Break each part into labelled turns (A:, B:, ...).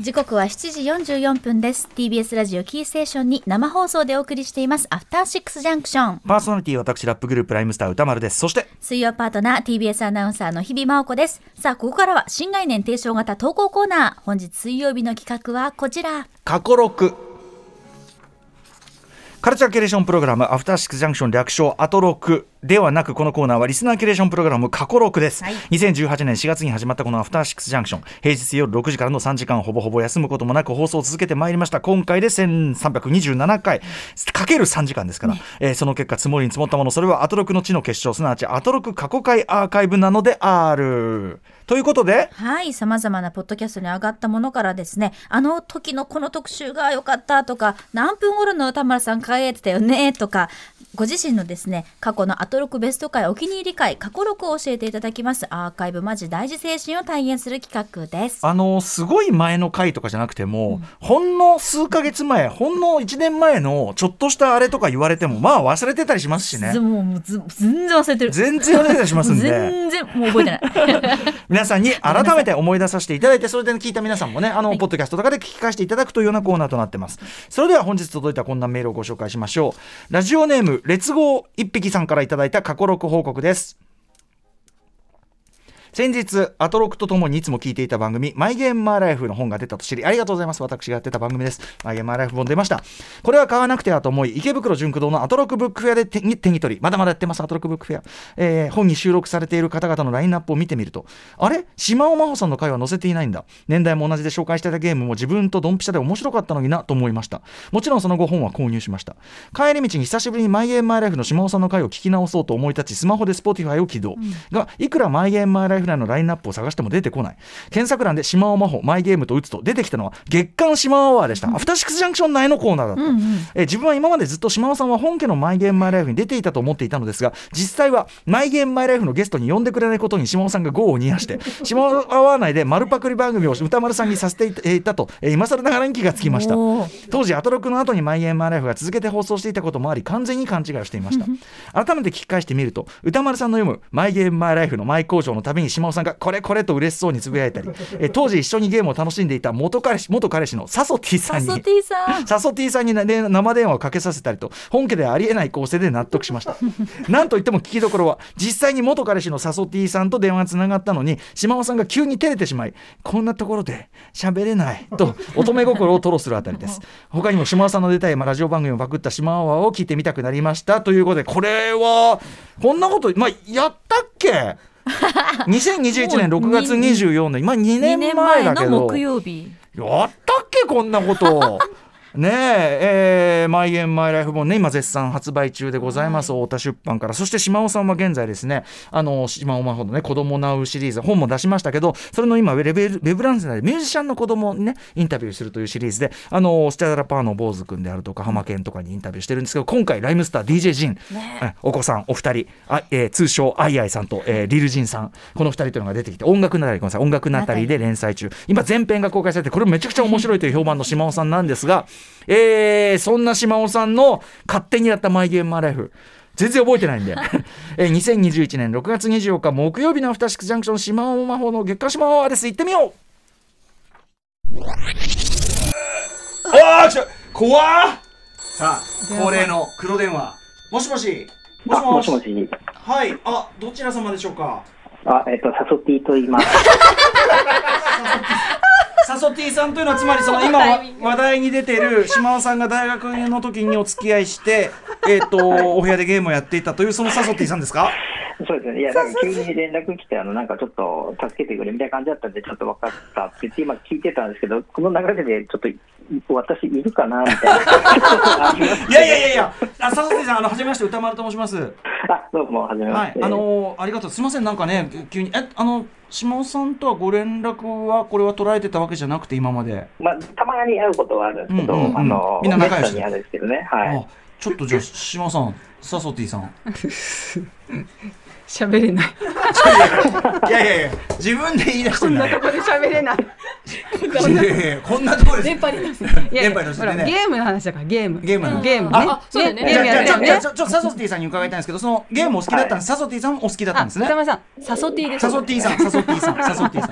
A: 時刻は7時44分です TBS ラジオキーステーションに生放送でお送りしていますアフターシックスジャンクション
B: パーソナリティ私ラップグループライムスター歌丸ですそして
A: 水曜パートナー TBS アナウンサーの日々真央子ですさあここからは新概念提唱型投稿コーナー本日水曜日の企画はこちら
B: 過去6カルチャーキュレーションプログラムアフターシックスジャンクション略称アトロクではなくこのコーナーはリスナーキュレーションプログラム過去6です、
A: はい
B: 2018年4月に始まったこのアフターシックスジャンクション平日夜6時からの3時間ほぼほぼ休むこともなく放送を続けてまいりました今回で1327回かける3時間ですから、えーその結果積もりに積もったものそれはアトロクの地の結晶すなわちアトロク過去回アーカイブなのであるということで
A: はい様々なポッドキャストに上がったものからですねあの時のこの特集が良かったとか何分頃の歌丸さん輝いてたよねとかご自身のですね過去のアトロクベスト回お気に入り回過去6を教えていただきますアーカイブマジ大事精神を体現する企画です
B: あのすごい前の回とかじゃなくても、ほんの数ヶ月前ほんの1年前のちょっとしたあれとか言われてもまあ忘れてたりしますしね
A: ずもうもうず全然忘れてる
B: 全然忘れてたりしますんで
A: 全然もう覚えてない
B: 皆さんに改めて思い出させていただいてそれで聞いた皆さんもねあの、ポッドキャストとかで聞き返していただくというようなコーナーとなってますそれでは本日届いたこんなメールをご紹介しましょうラジオネーム列号一匹さんからいただいた過去録報告です先日アトロクとともにいつも聞いていた番組「マイ・ゲーム・マー・ライフ」の本が出たと知りありがとうございます私がやってた番組です「マイ・ゲーム・マー・ライフ」本出ましたこれは買わなくてはと思い池袋純駆堂のアトロクブックフェアで手に手に取りまだまだやってますアトロクブックフェア、えー本に収録されている方々のラインナップを見てみるとあれ島尾真帆さんの回は載せていないんだ年代も同じで紹介していたゲームも自分とドンピシャで面白かったのになと思いましたもちろんその後本は購入しました帰り道に久しぶりに「マイ・ゲーム・マー・ライフ」の島尾さんの回を聞き直そうと思い立ちスマホで Spotify を起動、がいくら「マイ・ゲーム・マー・ライフ」内のラインナップを探しても出てこない検索欄で「島尾真帆マイ・ゲーム」と打つと出てきたのは月刊島アワーでした、アフターシックスジャンクション内のコーナーだった、 えー自分は今までずっと島尾さんは本家の「マイ・ゲーム・マイ・ライフ」に出ていたと思っていたのですが実際は「マイ・ゲーム・マイ・ライフ」のゲストに呼んでくれないことに島尾さんが業を煮やして島尾アワー内で丸パクリ番組を歌丸さんにさせていた,えー、いたと、えー今更ながらに気がつきました
A: おー
B: 当時アトロックの後に「マイ・エン・マイ・ライフ」が続けて放送していたこともあり完全に勘違いをしていました改めて聞き返してみると歌丸さんの読む「マイ・ゲーム・マイ・ライフ」の前工場のたびに島尾さんが「これこれ」と嬉しそうにつぶやいたりえ当時一緒にゲームを楽しんでいた元彼氏元彼氏のサソティさ
A: パ
B: ん
A: ソ
B: に
A: ティさん
B: サソティさんにね生電話をかけさせたりと本家ではありえない構成で納得しました なんといっても聞きどころは実際に元彼氏のサソティさんと電話がつながったのに島尾さんが急に照れてしまいこんなところで喋れないと乙女心を吐露するあた りです他にも島尾さんの出たいまあラジオ番組をパクった島尾を聞いてみたくなりましたということでこれはこんなこと、まあ、やったっ け2021年6月24日、まあ、2
A: 2
B: 年
A: 年
B: 前
A: 前
B: だけど
A: の木曜日
B: やったっけこんなこと。ねえ、えー、マイ・エン・マイ・ライフ本ね、今絶賛発売中でございます、太田出版から。そして島尾さんは現在ですね、あの、島尾真帆のね、子供なうシリーズ、本も出しましたけど、それの今、ウェブウェブランス内でミュージシャンの子供にね、インタビューするというシリーズで、あの、ステラパーの坊主くんであるとか、浜県とかにインタビューしてるんですけど、今回、ライムスター DJ ジン、えお子さんお二人、あえー通称、アイアイさんと、えーリルジンさん、この二人というのが出てきて、音楽なり、ごめんなさい、音楽なたりで連載中、今、全編が公開されて、これめちゃくちゃ面白いという評判の島尾さんなんですが、えーそんな島尾さんの勝手にやったマイゲームマイライフ。全然覚えてないんで、えー2021年6月24日木曜日のアフターシックスジャンクション島尾魔法の月刊島尾アワーです行ってみようあーちょ怖っさあ恒例の黒電話もしもしも
C: あ、
B: し
C: も
B: もし
C: しもし。
B: はいあどちら様でしょうか
C: あ、えっ、と、サソティと言 います。
B: サソティさんというのはつまりその今 わ話題に出てる島尾さんが大学の時にお付き合い して、えっとお部屋でゲームをやっていたというそのサソティさんですか
C: そうですね。いや、なんか急に連絡来て、あの、なんかちょっと助けてくれみたいな感じだったんで、ちょっと分かったって言って、今聞いてたんですけど、この流れで、ちょっと、私いるかなみた いな。
B: いやいやいやいやあサソティさんあの初めまして歌丸と申しますは
C: あ、どうも、はじめまし
B: い
C: て。
B: あのありがとうすいませんなんかね急にえあの島尾さんとはご連絡はこれは取られてたわけじゃなくて今まで、
C: まあ、たまに会うことはあるんですけど、
B: うんうんうん
C: あの、
B: みんな仲良し
C: めったにあるんですけどね。は
B: あ
C: い。
B: ちょっとじゃあ島尾さんサソティさん
D: 喋れ ない。
B: いやいやいや自分で言い出して
D: こ
B: ん
D: ん
B: だ
D: な
B: よ
D: とこで喋れない。こん
B: い
D: な
B: やいやいやこんなところです
D: 電波に乗せて。いや
B: 電
D: い
B: 波に乗
D: や
B: せ
D: ほ
B: てね
D: らゲームの話だからゲーム。
B: ゲームの話
D: ゲームね。
B: あ
E: あそうだよね
D: ゲームや
B: じゃあ
D: る
B: じゃ
D: よ
B: あ
D: ね
B: じゃ。あちょっとサソティさんに伺いたいんですけどそのゲームお好きだったんです、サソティさんもお好きだった
D: あ、
B: んです
D: 歌
B: ね
D: 丸さん、サソティでしょ
B: サソティさんサソティさんサソティさん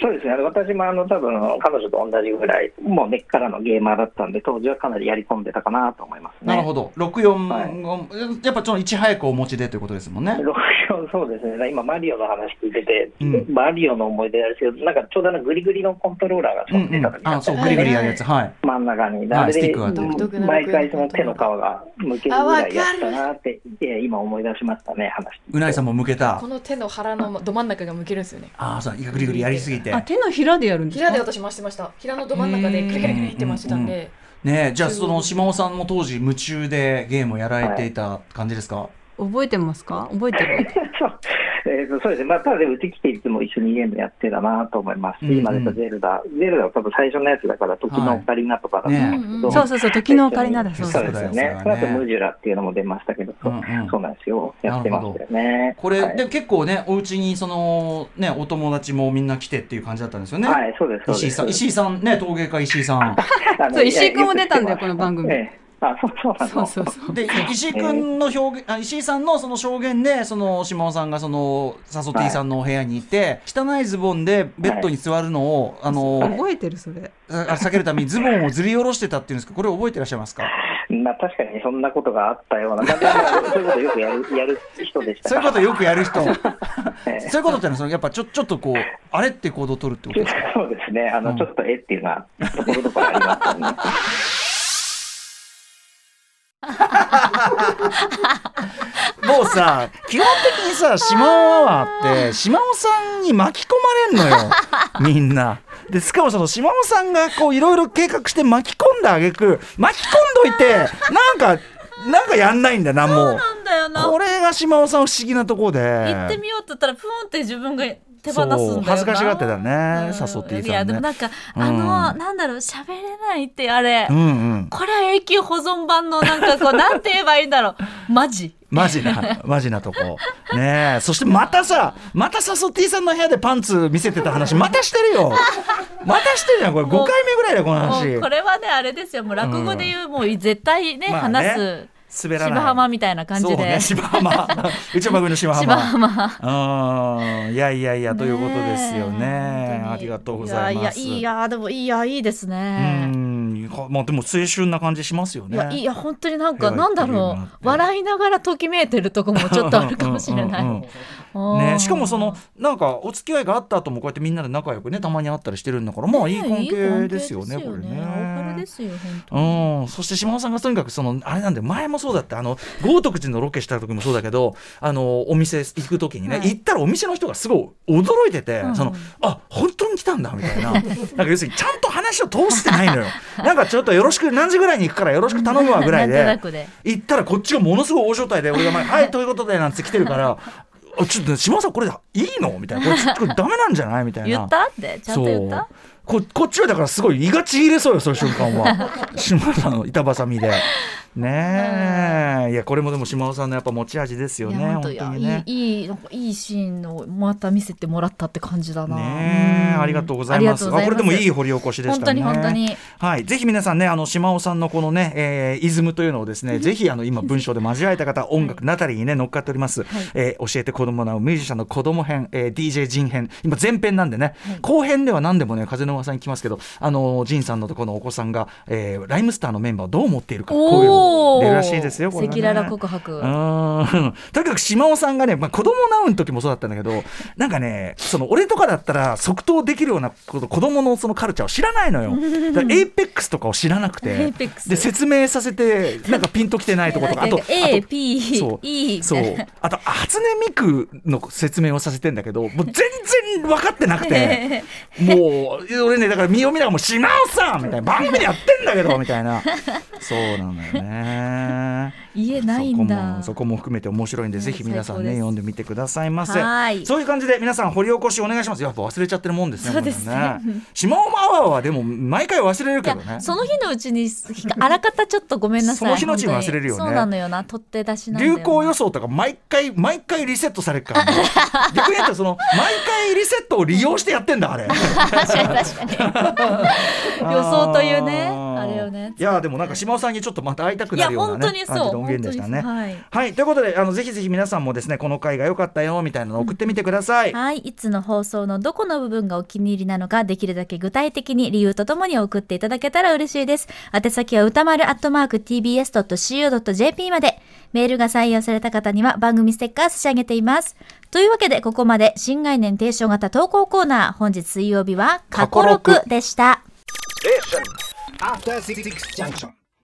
C: そうですね、あの私もあの多分彼女と同じぐらい、もう根っからのゲーマーだったんで、当時はかなりやり込んでたかなと思いますね。
B: なるほど、64を、やっぱちょっといち早くお持ちでということですもんね。
C: 64そう ですね、今、マリオの話聞いてて、
B: うん
C: マリオの思い出ですけど、なんかちょうどあのグリグリのコントローラーが
B: う
C: 飛
B: ん
C: ん
B: う
C: で
B: ん
C: た時、
B: あそう、グリグリやるやつ、はい。
C: 真ん中に、
B: はい
C: あれ
B: スティッ
C: で
B: クがあって
D: 独特な
C: 毎回その手の皮がむけるぐらいやったなって、いや今思い出しましたね、話
B: うなぎさんも向けた
E: こ、の手の腹のど真ん中が向けるんですよね
B: ああ、そう、グリグリやりすぎて
D: あ、。手のひらでやるんです
E: 平
D: か
E: で私回してました平のど真ん中でクリクリクリって回してたんで
B: ねえ、じゃあ、その島尾さんも当時、夢中でゲームをやられていた感じですか、
D: 覚えてますか覚えてる
C: そうえーとそうですね、まあ、ただでうち来ていつも一緒にゲームやってたなと思いますし、
B: うんうん
C: 今出たゼルダ、ゼルダは多分最初のやつだから、時のオカリナとかだと思うんですけど、
D: そうそうそう、時のオカリナだ
B: そ
D: そうう
B: そう
D: そ
C: そううですよ
B: そうだよ
C: ね
B: ね、
C: その後ムジュラっていうのも出ましたけど、そう
B: うんうん
C: そうなんですよ、やってましたよね。
B: これ、
C: はい
B: で結構ね、お家にそのね、お友達もみんな来てっていう感じだったんですよね。
C: はい、そうです、そう
B: 石
C: で
B: 井
C: す。
B: さん、石井さんね、陶芸家石井さん。
C: あの
D: そ
C: いや
D: う石井君も出たんだよ
C: く
D: この番組
C: ええあ、そうそうなの
D: そうそうそう。
B: で、石井君の表現、あ石井さんのその証言で、その島尾さんがそのサソティさんのお部屋にいて、汚いズボンでベッドに座るのを、あの、
D: 覚えてるそれ。
B: あ避けるためにズボンをずり下ろしてたっていうんですけど、これ覚えてらっしゃいます か
C: まあ、確かにそんなことがあったような、まあでもそういうことよくやる やる人でした
B: そういうことよくやる人。そう
C: ええ
B: いうことってのはその、やっぱちょ、ちょっとこう、あれって行動を取るってことですか
C: そうですね、あの、
B: うん
C: ちょっとえっていうのは、ところどころありましたね。
B: もうさ、基本的にさ、島尾アワーって、島尾さんに巻き込まれんの よ、みんな。で、しかもその島尾さんがこう、いろいろ計画して巻き込んだあげく、巻き込んどいて、なんか、なんかやんないんだよな、もう。
A: なんだよな
B: これが島尾さん不思議なところで。
A: 行ってみようって言ったらプーンって自分が手放すんだよ
B: そう
A: な
B: 恥ずかしがってた
A: う
B: ね
A: ん
B: 誘っていたのね
A: いやでもなんかあ
B: う
A: の
B: ん
A: なんだろう喋れないってあれ
B: うんうん。
A: これは永久保存版のなんかこうなんて言えばいいんだろ うマジ
B: マ ジな、マジなとこ。ねえ、そしてまたさ、またサソティさんの部屋でパンツ見せて た話、またしてるよ。またしてるじゃん、これ5回目ぐらいだよ、この
A: も
B: 話
A: う。これはねあれですよもう落語で言う、もう絶対ね,、
B: まあね
A: 話す
B: 滑らない。
A: 芝浜みたいな感じで、
B: そうね、芝 浜。うちの番組の芝浜。
A: 芝浜
B: うん、いやいやいや、 ということですよね。
A: え
B: ありがとうございます。
A: いやいやいいやでもいいやいいです
B: う
A: ね、
B: ん、まあ、でも青春な感じしますよ
A: いやい
B: ね。
A: や本当になん
B: や
A: か
B: ばい
A: なんだろ
B: いいなって
A: う笑いながらときめいてるとこもちょっとあるかもしれない
B: うんうんうんうん
A: おー
B: ね、しかもそのなんかお付き合いがあった後もこうやってみんなで仲良くねたまに会ったりしてるんだからまあいい関係ですよね
A: いい関係です
B: これ
A: 青春
B: ね
A: で。すよ本当に。
B: うん、そして島尾さんがとにかくそのあれなんで前もそうだってあの豪徳寺のロケした時もそうだけどあのお店行く時にね、
A: はい
B: 行ったらお店の人がすごい驚いてて、
A: うん
B: そのあ本当に来たんだみたいななんか要するにちゃんと話を通してないのよなんかちょっとよろしく何時ぐらいに行くからよろしく頼むわぐら
A: な
B: い
A: んと
B: で
A: なくで。
B: 行ったらこっちがものすごい大所帯で俺が前「はいということで」なんつって来てるから 「あちょっと島田さんこれいいの?」みたいな 「これちょっとこれダメなんじゃない?」みたいな。
A: 言ったってちゃんと言った
B: そうここっちはだからすごい胃がちぎれそうよそういう瞬間 は島田さんの板挟みでねえいやこれもでも島尾さんのやっぱ持ち味ですよね
A: いや
B: 本
A: 本当
B: 当
A: いや
B: にね
A: いいいいなんかいいシーンをまた見せてもらったって感じだな。
B: ねえ
A: うん
B: ありがとうございますあこれでもいい掘り起こしでしたね
A: 本当に本当に
B: はいぜひ皆さんねあの島尾さんのこのね、えーイズムというのをですねぜひあの今文章で交え た方音楽なたりにね乗っかっております、えー教えて子供なおミュージシャンの子供編、えー DJ 人編今前編なんでね、後編では何でもね風の噂に来ますけどあの仁さんのとこのお子さんが、えーライムスターのメンバーをどう思っているかこういうの
A: お
B: も
A: お。
B: 出るらしいですよこれがね
A: 赤裸々告白。
B: うんとにかく島尾さんがね、まあ、子供ナウンの時もそうだったんだけどなんかねその俺とかだったら即答できるようなこと子供のそのカルチャーを知らないのよだからエイペックスとかを知らなくて
A: Apex
B: で説明させてなんかピンときてないとことかあとあと
A: A P
B: そう
A: E
B: そうあと初音ミクの説明をさせてんだけどもう全然分かってな くてもう俺ねだから身を見ながらもう「島尾さん!」みたいな番組でやってんだけどみたいなそうなのよね。
A: 言えないん
B: そこ
A: だ
B: も。そこも含めて面白いんで、
A: うん
B: ぜひ皆さ
A: 最
B: ん
A: 高
B: ね
A: です
B: 読んでみてくださいませ
A: はい
B: そういう感じで皆さん掘り起こしお願いしますやっぱ忘れちゃってるもんですね
A: そうですね
B: これね島尾マワはでも毎回忘れる
A: い
B: けどね
A: やその日のうちにあらか たちょっとごめんなさい。
B: その日のうちに忘れるよ
A: 本
B: ね
A: 当にそうなのよな取って出しなんだよ
B: 流
A: な
B: 行予想とか毎回毎回リセットされるか ら、ね、逆に言うとその毎回 リ セットを利用してやってんだあれ
A: 確かに確かに予想というね
B: あ
A: あれをね
B: いやーでもなんか島尾さんにちょっとまた会いたく
A: い
B: な
A: や
B: るよう
A: 本
B: な
A: 当
B: ね
A: に
B: 感じ
A: そう
B: の音源でしたね。
A: 本当にそう
B: はいということであのぜひぜひ皆さんもですねこの回が良かったよみたいなの送ってみてください。
A: はい、いつの放送のどこの部分がお気に入りなのか、できるだけ具体的に理由とともに送っていただけたら嬉しいです。宛先は歌丸アットマーク tbs.co.jp まで。メールが採用された方には番組ステッカー差し上げています。というわけで、ここまで新概念提唱型投稿コーナー、本日水曜日は過去
B: 過去
A: 6でした。
F: After Six Junction.